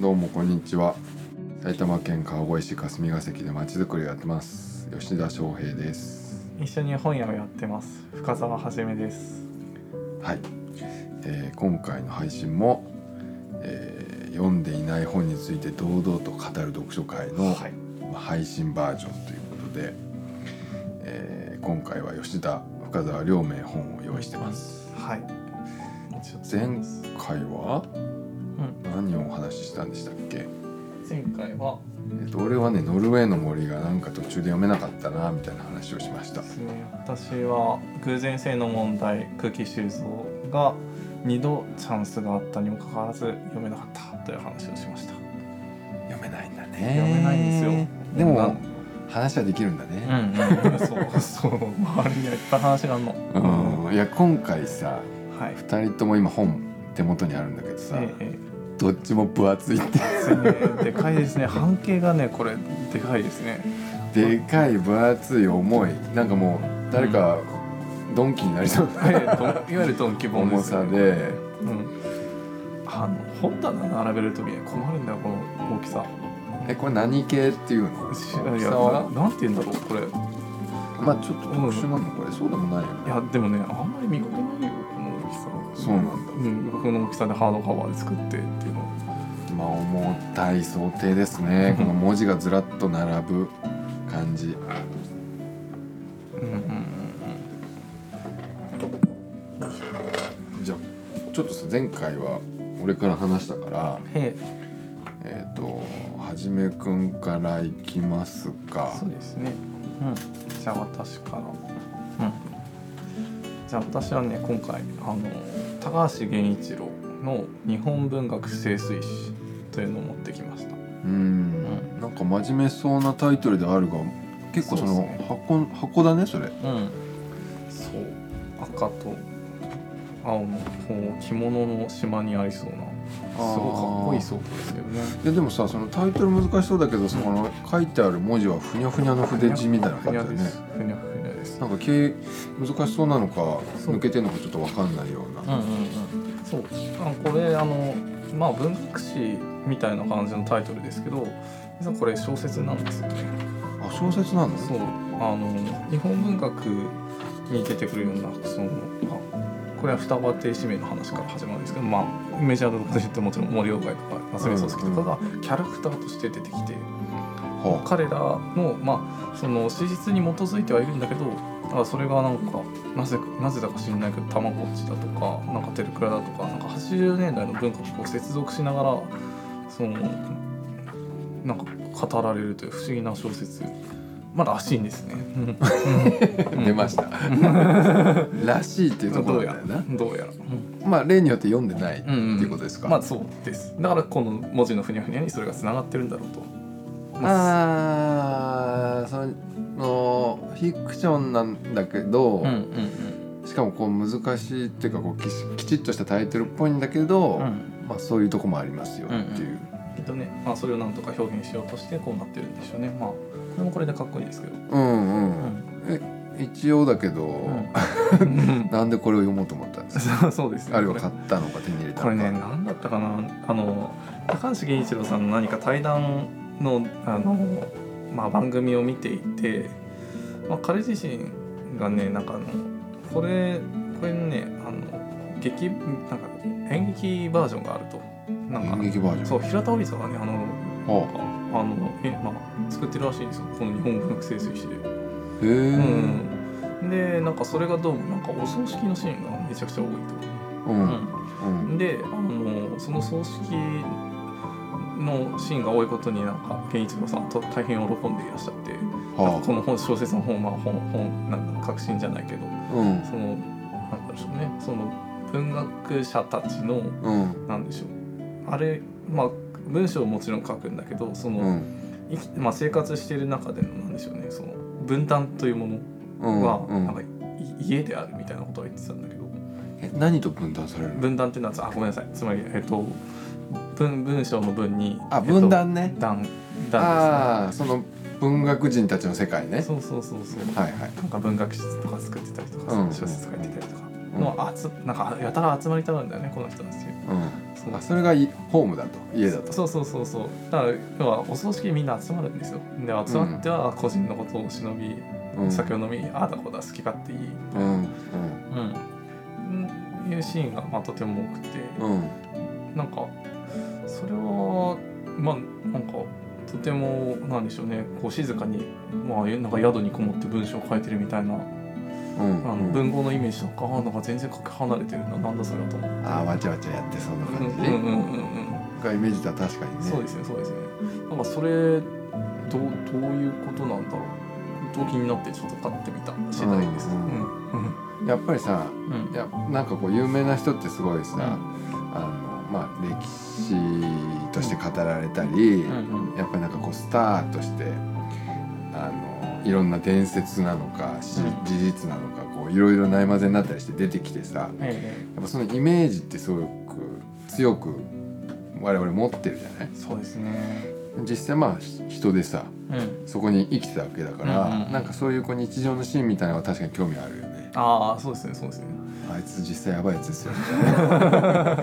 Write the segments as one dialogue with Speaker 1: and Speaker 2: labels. Speaker 1: どうもこんにちは埼玉県川越市霞ヶ関でまちづくりをやってます吉田翔平です
Speaker 2: 一緒に本屋をやってます深澤はじめです
Speaker 1: はい、えー今回の配信も、えー読んでいない本について堂々と語る読書会の、
Speaker 2: はい
Speaker 1: まあ配信バージョンということで、えー今回は吉田深澤両名本を用意してます
Speaker 2: はいちょっと
Speaker 1: 前
Speaker 2: うん
Speaker 1: 回は何をお話ししたんでしたっけ
Speaker 2: 前回は
Speaker 1: えっと、俺はねノルウェーの森がなんか途中で読めなかったなみたいな話をしました
Speaker 2: ですね私は偶然性の問題空気収蔵が2度チャンスがあったにもかかわらず読めなかったという話をしました
Speaker 1: 読めないんだね
Speaker 2: 読めないんですよ
Speaker 1: で
Speaker 2: なん
Speaker 1: も話はできるんだ
Speaker 2: う
Speaker 1: ね
Speaker 2: ん、うん、 そうそう周りにはいっぱい話があるの
Speaker 1: うん、いや今回さ
Speaker 2: はい
Speaker 1: 2人とも今本手元にあるんだけどさ、
Speaker 2: ええ
Speaker 1: どっちも分厚いって
Speaker 2: ええでかいですね半径がねこれでかいですね
Speaker 1: でかい分厚い重いなんかもう誰かドンキになりそう
Speaker 2: ええといわゆるドンキ
Speaker 1: な
Speaker 2: ボンで
Speaker 1: 重
Speaker 2: すよ
Speaker 1: さ
Speaker 2: ね
Speaker 1: で
Speaker 2: うん、あの本棚並べる時ね困るんだよこの大きさ
Speaker 1: えこれ何系っていうの大き
Speaker 2: し
Speaker 1: さ
Speaker 2: いやな
Speaker 1: は
Speaker 2: なんて言うんだろうこれい
Speaker 1: まあちょっと特殊なのこれそうでもないよね
Speaker 2: やでもねあんまり見かけないよこの大きさ
Speaker 1: そうなんだ
Speaker 2: うん僕の大きさでハードカバーで作ってっていうの
Speaker 1: まあ重たい想定ですねこの文字がずらっと並ぶ感じ
Speaker 2: うんうん
Speaker 1: じゃあちょっとさ前回は俺から話したから
Speaker 2: うんへえ
Speaker 1: えっ、とはじめくんからいきますか
Speaker 2: そうですねうんじゃあ私からうんじゃあ私はね今回あの高橋源一郎の「日本文学清水史」というのを持ってきました
Speaker 1: うーんなんか真面目そうなタイトルではあるが結構その
Speaker 2: そうですね
Speaker 1: 箱箱だねそれ
Speaker 2: うん、そう赤と青のこう着物の島にありそうな
Speaker 1: ー
Speaker 2: すごいかっこいいそうですよね
Speaker 1: いやでもさそのタイトル難しそうだけどその書いてある文字はふにゃふにゃの筆字みたいな
Speaker 2: ふ
Speaker 1: 感
Speaker 2: に
Speaker 1: じだ
Speaker 2: ゃふ
Speaker 1: ね
Speaker 2: にゃですふにゃふにゃです
Speaker 1: なんか形難しそうなのか
Speaker 2: そう
Speaker 1: 抜けてんのかちょっと分かんないような
Speaker 2: うんうんうんそうあこれあのまあ文学史みたいな感じのタイトルですけど実はこれ小説なんですよね
Speaker 1: あ小説なの
Speaker 2: そうあの日本文学に出てくるようなそのあこれは双葉亭氏名の話から始まるんですけど、まあ、メジャーなとこで言ってもちろん森岡とか夏目漱石とかがキャラクターとして出てきて、
Speaker 1: は あ
Speaker 2: 彼らの,、まあその史実に基づいてはいるんだけどあそれがなんかなぜなぜだか知らないけどたまごっちだとかなんかテルクラだとかなんか80年代の文化とこう接続しながらそのなんか語られるという不思議な小説まあらしいんですね。うん
Speaker 1: 出ました らしいっていうとこ
Speaker 2: ど
Speaker 1: ろ
Speaker 2: う
Speaker 1: だ
Speaker 2: や
Speaker 1: よ
Speaker 2: ら
Speaker 1: な
Speaker 2: どうやら、うん
Speaker 1: まあ例によって読んでないって
Speaker 2: うんうん
Speaker 1: いうことですか、
Speaker 2: まあそうですだからこの文字のふにゃふにゃにそれがつながってるんだろうと。あ
Speaker 1: あーそのフィクションなんだけど、
Speaker 2: うんうんうん
Speaker 1: しかもこう難しいっていうかこうきしきちっとしたタイトルっぽいんだけど、
Speaker 2: うん
Speaker 1: まあ、そういうとこもありますよっていう、
Speaker 2: きっとね、まあ、それをなんとか表現しようとしてこうなってるんでしょうねまあこれもこれでかっこいいですけど、
Speaker 1: うん、うん
Speaker 2: うん
Speaker 1: 一応だけど、
Speaker 2: うん、
Speaker 1: なんでこれを読もうと思ったんですか
Speaker 2: そうそうですね
Speaker 1: あるいは
Speaker 2: こ
Speaker 1: 買ったのか手に入れ
Speaker 2: れ
Speaker 1: た
Speaker 2: これ
Speaker 1: のか
Speaker 2: ね何だったかなあの高橋源一郎さんの何か対談のあの、まあ、番組を見ていて、まあ、彼自身がねなんかあのこれこれのねあの劇なんか演劇バージョンがあるとなん
Speaker 1: 演
Speaker 2: か
Speaker 1: 劇バージョン
Speaker 2: そう平田織さんがねあの
Speaker 1: はあ
Speaker 2: あのえまあ作ってるらしいんですよこの日本文学清水市で、
Speaker 1: へえ、
Speaker 2: うんでなんかそれがどうもなんかお葬式のシーンがめちゃくちゃ多い
Speaker 1: うんうん
Speaker 2: と、であのその葬式のシーンが多いことになんか健一郎さんと大変喜んでいらっしゃって、なん
Speaker 1: は
Speaker 2: かこの本小説の本まあ本本なんか確信じゃないけど
Speaker 1: あうん
Speaker 2: そのなんでしょうねその文学者たちの
Speaker 1: うん
Speaker 2: なんでしょうあれまあ文章をもちろん書くんだけどその、
Speaker 1: うん
Speaker 2: 生きまあ、生活している中でのなんでしょうねその分担というも
Speaker 1: う
Speaker 2: の
Speaker 1: ん
Speaker 2: は
Speaker 1: うん
Speaker 2: なんかい家であるみたいなことは言ってたんだけど
Speaker 1: え何と分断されるの
Speaker 2: 分担っていうのはあごめんなさいつまり、えっと、文文章の文に
Speaker 1: あ分断
Speaker 2: えっ
Speaker 1: ね
Speaker 2: と、段段
Speaker 1: ああーその文学人たちの世界
Speaker 2: で
Speaker 1: ね
Speaker 2: すねそうそうそうそう、
Speaker 1: はいはい
Speaker 2: なんか文学室とか作ってたりとか
Speaker 1: うん
Speaker 2: 小説書いてたりとか、の集、なんかやたら集まりたがるんだよねこの人たち
Speaker 1: うん、
Speaker 2: そう
Speaker 1: あそれがいホームだと家だと
Speaker 2: そうそうそうそうだから要はお葬式にみんな集まるんですよで集まっては個人のことを忍び、
Speaker 1: うん
Speaker 2: 酒を飲みああだこうだ好き勝手いい、
Speaker 1: うん
Speaker 2: うん、いうシーンがまあとても多くて、
Speaker 1: うんうん
Speaker 2: なんかそれはまあなんかとてもなんでしょうねこう静かに、まあ、なんか宿にこもって文章を書いてるみたいな、
Speaker 1: うん
Speaker 2: あの文豪のイメージとかあなんか全然かけ離れてるななんだそれはと思って。
Speaker 1: あーわちゃわちゃやってそうな
Speaker 2: うん
Speaker 1: 感じ、
Speaker 2: うんうんうん
Speaker 1: がイメージだと確かに
Speaker 2: うん、
Speaker 1: ね
Speaker 2: そうですねそうですねなんかそれどうどういうことなんだろうと気になってちょっと買ってみた次第です。
Speaker 1: う
Speaker 2: うんん
Speaker 1: やっぱりさ
Speaker 2: うんうん
Speaker 1: いやなんかこう有名な人ってすごいさ、あのまあ、歴史として語られたり、
Speaker 2: うん
Speaker 1: やっぱりなんかこうスターとしてあのいろんな伝説なのかし
Speaker 2: うん
Speaker 1: 事実なのかこういろいろないまぜになったりして出てきてさ
Speaker 2: ええ
Speaker 1: やっぱそのイメージってすごく強く我々持ってるじゃない
Speaker 2: そうですね。
Speaker 1: 実際まあひ人でさ
Speaker 2: うん、
Speaker 1: そこに生きてたわけだから、
Speaker 2: うんうんうん
Speaker 1: なんかそういうこう日常のシーンみたいなのは確かに興味あるよね
Speaker 2: ああそうですねそうですね。
Speaker 1: あいつ実際やばいやつ ですよね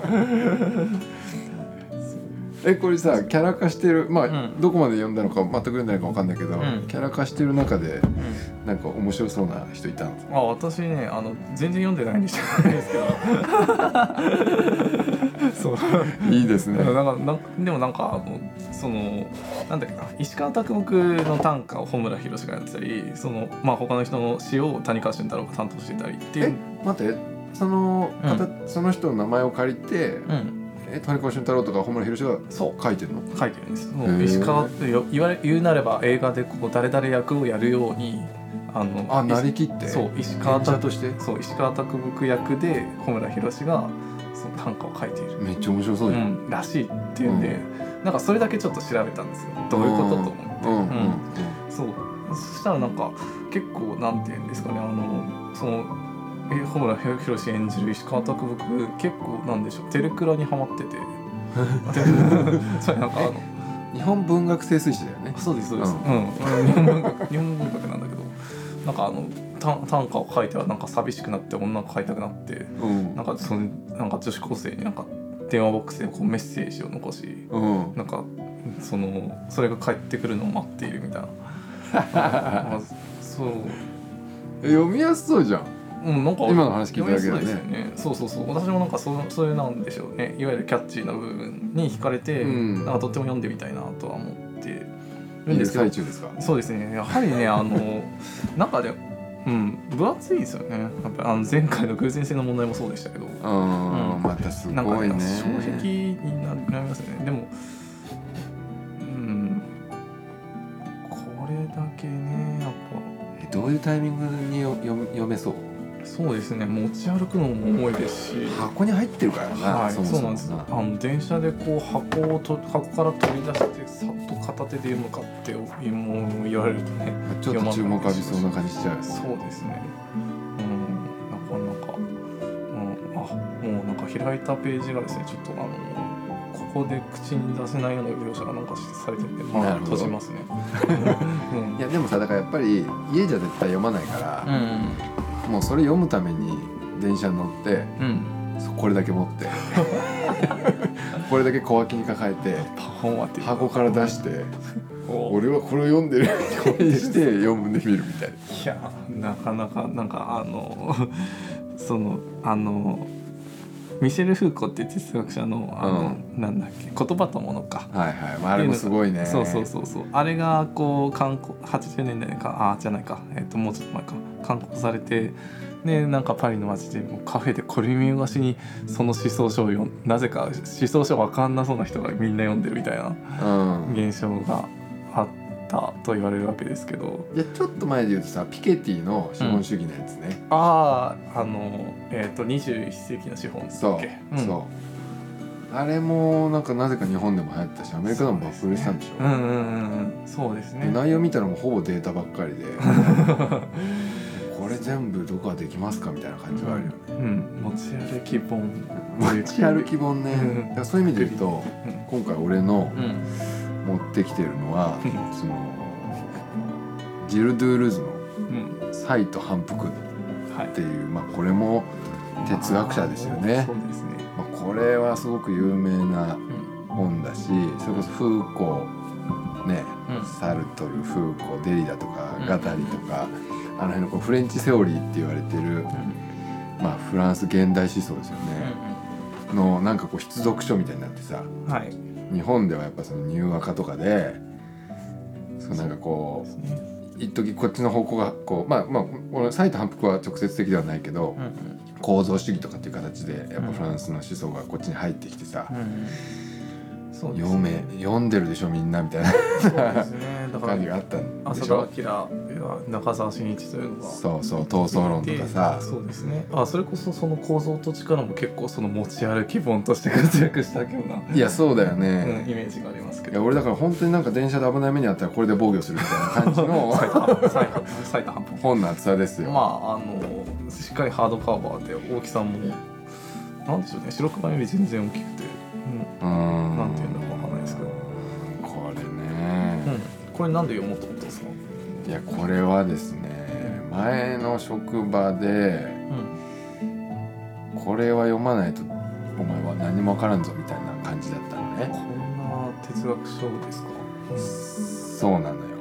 Speaker 1: えこれさキャラ化してるまあ、
Speaker 2: うん
Speaker 1: どこまで読んだのか全く読んでないかわかんないけど、
Speaker 2: うん
Speaker 1: キャラ化してる中で
Speaker 2: うん
Speaker 1: なんか面白そうな人いたの
Speaker 2: あ私ねあの全然読んでないんで知らないですけどそう
Speaker 1: いいですね
Speaker 2: なんかなんでもなんかあのそのなんだっけな石川啄木の短歌を穂村弘がやってたりその、まあ、他の人の詩を谷川俊太郎が担当してたりってい
Speaker 1: え
Speaker 2: う、
Speaker 1: 待ってその方、その人の名前を借りて、
Speaker 2: うん、
Speaker 1: え谷川俊太郎とか本村博が
Speaker 2: そ
Speaker 1: 書いてるの
Speaker 2: う書いてるんですも
Speaker 1: へー
Speaker 2: う石川ってよ言われ言うなれば映画でこう誰々役をやるようにあの
Speaker 1: あなりきって
Speaker 2: そう石川
Speaker 1: 演者
Speaker 2: 啄
Speaker 1: として
Speaker 2: そう石川啄木役で穂村弘がその短歌を書いている。
Speaker 1: めっちゃ面白そううじゃん、
Speaker 2: ん、らしいっていうんで、なんかそれだけちょっと調べたんですよどういうことと思って、
Speaker 1: うんうんうん
Speaker 2: そうそしたらなんか結構なんて言うんですかねあのそのえ穂村弘演じる石川啄木結構なんでしょうテレクラにはまって てでそれなんかあの
Speaker 1: 日本文学清水師だよね
Speaker 2: そうですそうです、
Speaker 1: う
Speaker 2: うんん日本文学日本文学なんだけどなんかあの短短歌を書いてはなんか寂しくなって女を書いたくなって
Speaker 1: うん
Speaker 2: なんかそのなんか女子高生になんか電話ボックスでこうメッセージを残し
Speaker 1: うん
Speaker 2: なんかそのそれが帰ってくるのを待っているみたい なまあそう
Speaker 1: え読みやすそうじゃん
Speaker 2: うんなんか
Speaker 1: 今の話聞いただけでね
Speaker 2: 読みやすいですよねそうそうそう私もなんかそうそういうなんでしょうねいわゆるキャッチーな部分に惹かれて、
Speaker 1: うん
Speaker 2: なんかとっても読んでみたいなとは思ってる
Speaker 1: い
Speaker 2: ん
Speaker 1: る
Speaker 2: ですけど
Speaker 1: 最中ですか
Speaker 2: そうですねやはりねあの中でうん分厚いですよねやっぱあの前回の偶然性の問題もそうでしたけど
Speaker 1: うん
Speaker 2: うん
Speaker 1: またす
Speaker 2: なんか
Speaker 1: ご
Speaker 2: ね
Speaker 1: いね
Speaker 2: 正直になりますよねでもうんこれだけねやっ
Speaker 1: えどういうタイミングによ読む読めそう
Speaker 2: ぱそうですね持ち歩くのも重いですし
Speaker 1: 箱に入ってるからな、
Speaker 2: はい、
Speaker 1: も
Speaker 2: そうなんですあの電車でこう箱をと箱から取り出してさっと片手で読むかってもう言われるとね
Speaker 1: ちょっと注目浴びそうな感じしちゃう
Speaker 2: そうですねうんなかなか、うん、あもうなんか開いたページがですねちょっとあのここで口に出せないような描写がなんかされててま
Speaker 1: な
Speaker 2: あ
Speaker 1: るほど
Speaker 2: 閉じますねうん
Speaker 1: いやでもさだからやっぱり家じゃ絶対読まないから、もうそれ読むために電車に乗って
Speaker 2: うんうん
Speaker 1: そこれだけ持 ってこれだけ小脇に抱えて
Speaker 2: パフォーマーっていう
Speaker 1: 箱から出して
Speaker 2: お
Speaker 1: 俺はこれを読んでるようにして読んでみるみたいない
Speaker 2: やなかなかなんかあの そのあのミシェル・フーコっていう哲学者のあの、なんだっけ言葉とものか
Speaker 1: はいはい、まあ、あれもすごいね
Speaker 2: そうそうそうそうあれがこう観光80年代かあじゃないか、えっともうちょっと前か観光されてでなんかパリの街でもうカフェでこれ見よがしにその思想書を読んなぜか思想書わかんなそうな人がみんな読んでるみたいな
Speaker 1: うん、
Speaker 2: 現象があったと言われるわけですけど
Speaker 1: いやちょっと前で言うとさピケティの資本主義のやつね、
Speaker 2: あああのえっ、と21世紀の資本だ
Speaker 1: そう
Speaker 2: っけ、うん
Speaker 1: そうあれもなんかなぜか日本でも流行ったしアメリカでも爆売れしたんでしょ
Speaker 2: うんうんうんうんそうです
Speaker 1: で
Speaker 2: ね
Speaker 1: 内容見たらもうほぼデータばっかり でこれ全部どこができますかみたいな感じはあるよね、
Speaker 2: うん持ち歩き本
Speaker 1: 持ち歩き本ね、
Speaker 2: うん
Speaker 1: だからそういう意味で言うと
Speaker 2: うん
Speaker 1: 今回俺の
Speaker 2: うん
Speaker 1: 持ってきてるのは、
Speaker 2: う
Speaker 1: そのジル・ドゥールズの
Speaker 2: う
Speaker 1: 「
Speaker 2: ん
Speaker 1: サイと反復」
Speaker 2: はい
Speaker 1: っていう、まあ、これも哲学者ですよね
Speaker 2: そうですね。
Speaker 1: まあ、これはすごく有名な
Speaker 2: うん
Speaker 1: 本だしそれこそフーコーね
Speaker 2: うん
Speaker 1: サルトルフーコーデリダとかガタリとかあの辺のこうフレンチセオリーって言われてる、まあ、フランス現代思想ですよ
Speaker 2: う
Speaker 1: ね
Speaker 2: ん
Speaker 1: のなんかこう必読書みたいになってさ
Speaker 2: うんはい。で
Speaker 1: 日本ではやっぱその入和歌とかでそうなんかこ
Speaker 2: すね。
Speaker 1: う一時こっちの方向がこうまあまあ俺サイと反復は直接的ではないけど
Speaker 2: うんうん
Speaker 1: 構造主義とかっていう形でやっぱフランスの思想がこっちに入ってきてさ
Speaker 2: うんうん。そうです
Speaker 1: 読め
Speaker 2: ね。
Speaker 1: 読んでるでしょみんなみたいな
Speaker 2: そうですね。だから
Speaker 1: 感じがあったん で
Speaker 2: 浅
Speaker 1: し
Speaker 2: 田
Speaker 1: ょ
Speaker 2: 明や中澤真一というのが。
Speaker 1: そうそう闘争論とかさ
Speaker 2: そうですねあそれこそその構造と力も結構その持ち歩き本として活躍したような、
Speaker 1: いやそうだよ
Speaker 2: うん、
Speaker 1: ね、
Speaker 2: イメージがありますけ
Speaker 1: いや
Speaker 2: ど
Speaker 1: 俺だから本当になんか電車で危ない目にあったらこれで防御するみたいな感じの
Speaker 2: 埼玉埼玉埼玉
Speaker 1: 本の厚さですよ、
Speaker 2: まああのしっかりハードカバーで大きさもなんでしょうね白熊より全然大きくて、
Speaker 1: うーん
Speaker 2: なんていうのかわかんないですけど
Speaker 1: これ
Speaker 2: うんう
Speaker 1: ね、
Speaker 2: ん、これなんで読もうと思ったんですか、
Speaker 1: いやこれはですね前の職場で
Speaker 2: うん、
Speaker 1: これは読まないとお前は何もわからんぞみたいな感じだったのね
Speaker 2: こんな哲学書ですか、
Speaker 1: そうなのよ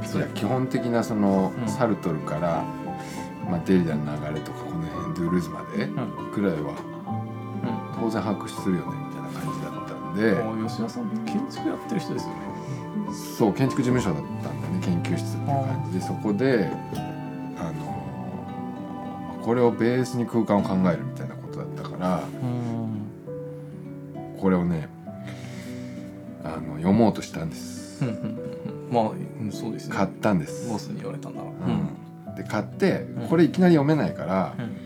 Speaker 1: いや基本的なその、
Speaker 2: うん
Speaker 1: サルトルから、まあ、デリダの流れとかこの辺ドゥールーズまで
Speaker 2: うん
Speaker 1: くらいは当然把握するよねみたいな感じだったんで、
Speaker 2: うん、あ吉田さんって建築やってる人ですよね
Speaker 1: そう建築事務所だったんだよね研究室っていう感じでそこであのこれをベースに空間を考えるみたいなことだったから
Speaker 2: うん
Speaker 1: これをねあの読もうとしたんです
Speaker 2: うんうんうんまあうんそうですね
Speaker 1: 買ったんです、
Speaker 2: ボスに言われたんだなう
Speaker 1: うん、で買って
Speaker 2: ん
Speaker 1: これいきなり読めないから、
Speaker 2: うん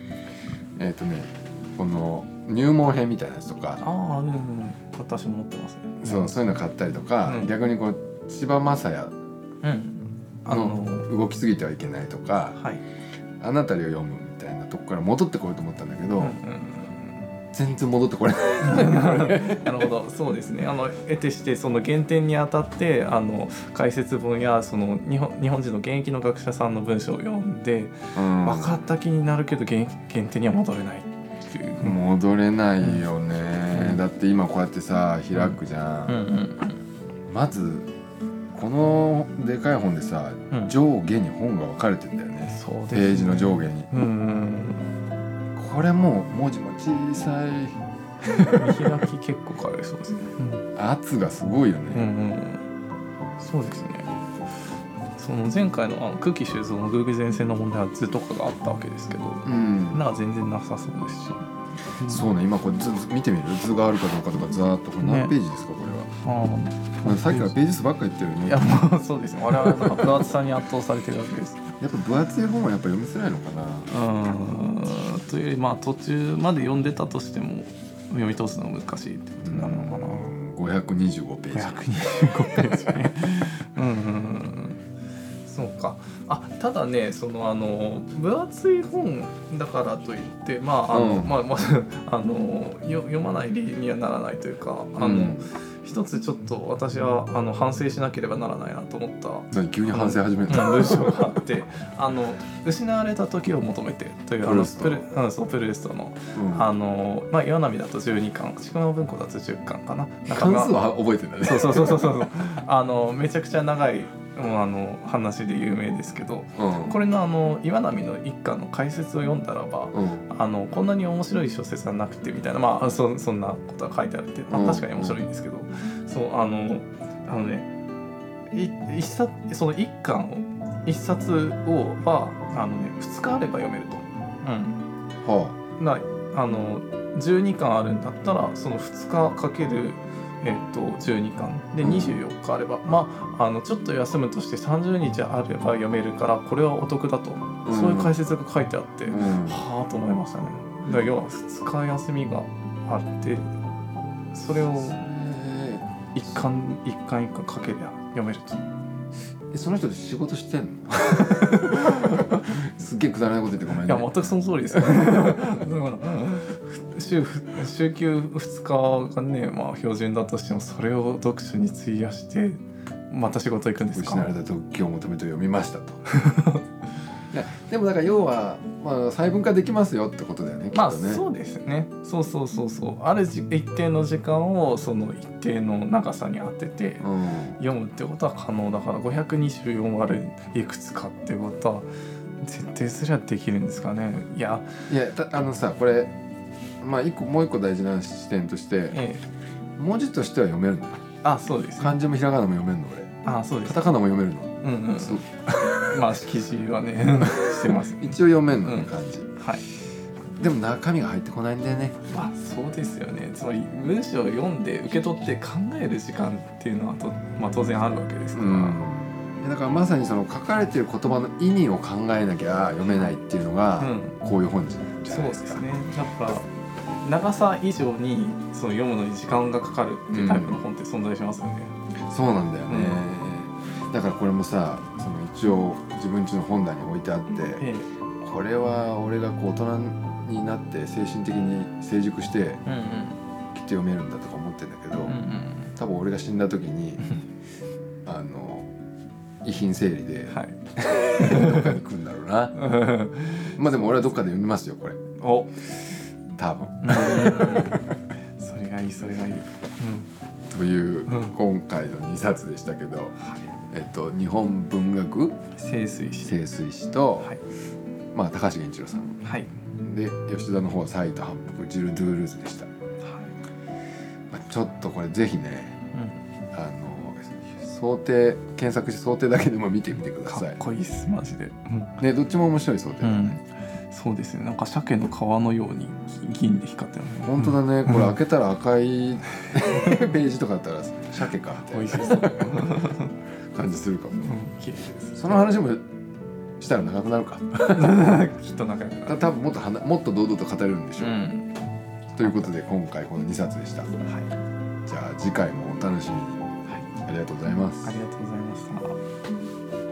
Speaker 1: えっ、とねこの入門編みたいなやつとか
Speaker 2: ああうんうん私も持ってますね
Speaker 1: そうそういうの買ったりとか、
Speaker 2: うん
Speaker 1: 逆にこう千葉雅也
Speaker 2: うんあの
Speaker 1: の動きすぎてはいけないとか、
Speaker 2: はい
Speaker 1: あなたりを読むみたいなとこから戻ってこようと思ったんだけど、
Speaker 2: うんうんうんうん
Speaker 1: 全然戻ってこれない
Speaker 2: なるほどそうですねあの得てしてその原点にあたってあの解説文やその日本日本人の現役の学者さんの文章を読んで
Speaker 1: うん
Speaker 2: 分かった気になるけど原原点には戻れないっていう。
Speaker 1: 戻れないよね、
Speaker 2: うん
Speaker 1: だって今こうやってさ開くじゃ、
Speaker 2: うんん
Speaker 1: まずこのでかい本でさ
Speaker 2: うんうん、
Speaker 1: 上下に本が分かれてんだよね
Speaker 2: そうです
Speaker 1: ペ
Speaker 2: ね
Speaker 1: ージの上下に
Speaker 2: うんうん
Speaker 1: これもう文字も小さい
Speaker 2: うん、見開き結構変わりそうですね。
Speaker 1: 圧がすごいよ
Speaker 2: うんう
Speaker 1: ね、
Speaker 2: んうん、そうですねその前回のあの空気収蔵の偶然性の問題は図とかがあったわけですけど
Speaker 1: うん
Speaker 2: なんか全然なさそうですし、
Speaker 1: そうね今これ図図見てみる図があるかどうかとかざーっとこれ何
Speaker 2: ね
Speaker 1: ページですかこれ
Speaker 2: ああ
Speaker 1: は、さっきからページ数ばっか言ってるね
Speaker 2: い
Speaker 1: や
Speaker 2: や
Speaker 1: っ
Speaker 2: もうそうですね我々の分厚さに圧倒されてるわけですう
Speaker 1: ぱ分厚い本はやっぱ読みづらいのかな
Speaker 2: ーんというよりまあ途中まで読んでたとしても読み通すのが難しいってことになるのかな
Speaker 1: 525ページ
Speaker 2: 525ページねうんうんうんそうかあただねそのあの分厚い本だからといってまああの、
Speaker 1: うん
Speaker 2: まあまあ あのよ読まない理由にはならないというかあの、
Speaker 1: うん
Speaker 2: 一つちょっと私はあの反省しなければならないなと思った
Speaker 1: 何急に反省始めた、
Speaker 2: うん文章があって「あの失われた時を求めて」というあ
Speaker 1: プルー
Speaker 2: の
Speaker 1: スト
Speaker 2: プルうんそうプルーストの
Speaker 1: うん
Speaker 2: あの、まあ、岩波だと12巻筑の文庫だと10巻かななんか
Speaker 1: 関
Speaker 2: まあ
Speaker 1: 数は覚えてんだね
Speaker 2: そうそうそうそうそうそうあのめちゃくちゃ長いもうあの話で有名ですけど
Speaker 1: うん
Speaker 2: これのあの岩波の一巻の解説を読んだらば
Speaker 1: うん
Speaker 2: あのこんなに面白い小説はなくてみたいなまあそそんなことが書いてあるって、まあ
Speaker 1: うん
Speaker 2: 確かに面白いんですけど、そうあのあのねい一冊その一巻を一冊をはあのね2日あれば読めると。うん、
Speaker 1: は
Speaker 2: なあの12巻あるんだったらその2日かけるえっと12巻で
Speaker 1: うん
Speaker 2: 24日あれば、まああのちょっと休むとして30日あれば読めるからこれはお得だと、
Speaker 1: ん
Speaker 2: そういう解説が書いてあって。
Speaker 1: あ、うん、
Speaker 2: はあと思いましたねだから要は2日休みがあってそれを
Speaker 1: え
Speaker 2: 一巻一巻一巻かけりゃ読めると
Speaker 1: ーその人って仕事してんの すっげえくだらないこと言ってごめん
Speaker 2: い
Speaker 1: ね
Speaker 2: や全くその通りですよだから週週休2日がねまあ標準だとしてもそれを読書に費やしてまた仕事行くんですか
Speaker 1: 失われた時を求めて読みましたと いやでもだから要は、まあ、細分化できますよってことだよねきっ
Speaker 2: まあ
Speaker 1: とね。
Speaker 2: そうですねそうそうそうそうあるじ一定の時間をその一定の長さに当てて
Speaker 1: うん
Speaker 2: 読むってことは可能だから524割るいくつかってことは設定すりゃできるんですかねいや
Speaker 1: いやたあのさこれ、まあ、一個もう一個大事な視点として
Speaker 2: え
Speaker 1: 文字としては読めるの
Speaker 2: えあそうです
Speaker 1: 漢字もひらがなも読めるの俺
Speaker 2: あそうで
Speaker 1: カ
Speaker 2: す
Speaker 1: タカナも読めるの、
Speaker 2: うんうん
Speaker 1: そう
Speaker 2: まあ記事はねしてます
Speaker 1: 一応読めるのね、
Speaker 2: うん
Speaker 1: 漢字
Speaker 2: はい
Speaker 1: でも中身が入ってこないんだよね
Speaker 2: まあそうですよねつまり文章を読んで受け取って考える時間っていうのはと、まあ、当然あるわけですから、
Speaker 1: うんだからまさにその書かれてる言葉の意味を考えなきゃ読めないっていうのが、
Speaker 2: うん
Speaker 1: こういう本じゃ
Speaker 2: そう
Speaker 1: ない
Speaker 2: で
Speaker 1: です
Speaker 2: す
Speaker 1: か。
Speaker 2: ねやっぱ長さ以上にその読むのに時間がかかるっていうタイプの本って存在しますよね、
Speaker 1: そうなんだよね、だからこれもさその一応自分家の本棚に置いてあって、
Speaker 2: え
Speaker 1: これは俺がこう大人になって精神的に成熟して
Speaker 2: え
Speaker 1: き
Speaker 2: うん
Speaker 1: っと読めるんだとか思ってんだけど、
Speaker 2: うんうん
Speaker 1: 多分俺が死んだ時にあの遺品整理で
Speaker 2: うんはい
Speaker 1: どっかに来るんだろうなまあでも俺はどっかで読みますよこれ
Speaker 2: お
Speaker 1: 多分。
Speaker 2: それがいいそれがいい、うん、
Speaker 1: という
Speaker 2: うん
Speaker 1: 今回の2冊でしたけど、
Speaker 2: は
Speaker 1: えっと、日本文学
Speaker 2: い清水して
Speaker 1: 清水氏と、
Speaker 2: はい
Speaker 1: まあ、高橋源一郎さん
Speaker 2: はい、
Speaker 1: で吉田の方は斎藤八福ジル・ドゥールーズでした、ま
Speaker 2: はい
Speaker 1: あ、ちょっとこれぜひね
Speaker 2: うん
Speaker 1: あの想定検索して想定だけでも見てみてくだ
Speaker 2: か
Speaker 1: さ
Speaker 2: っ
Speaker 1: い
Speaker 2: こいいっすマジで、うん
Speaker 1: ねどっちも面白い想定だね、
Speaker 2: そうですねなんか鮭の皮のように銀で光ってる
Speaker 1: 本当だねこれ開けたら赤いページとかあったら鮭かみ
Speaker 2: 美
Speaker 1: たい
Speaker 2: 味しそう、うん、
Speaker 1: な感じするかも
Speaker 2: 綺麗です
Speaker 1: その話もしたら長くなるか
Speaker 2: きっと仲良くなる
Speaker 1: 多分もっとはなもっと堂々と語れるんでしょう、
Speaker 2: ん
Speaker 1: ということで今回この2冊でした
Speaker 2: はい、
Speaker 1: じゃあ次回もお楽しみに
Speaker 2: はい
Speaker 1: ありがとうございます
Speaker 2: ありがとうございました。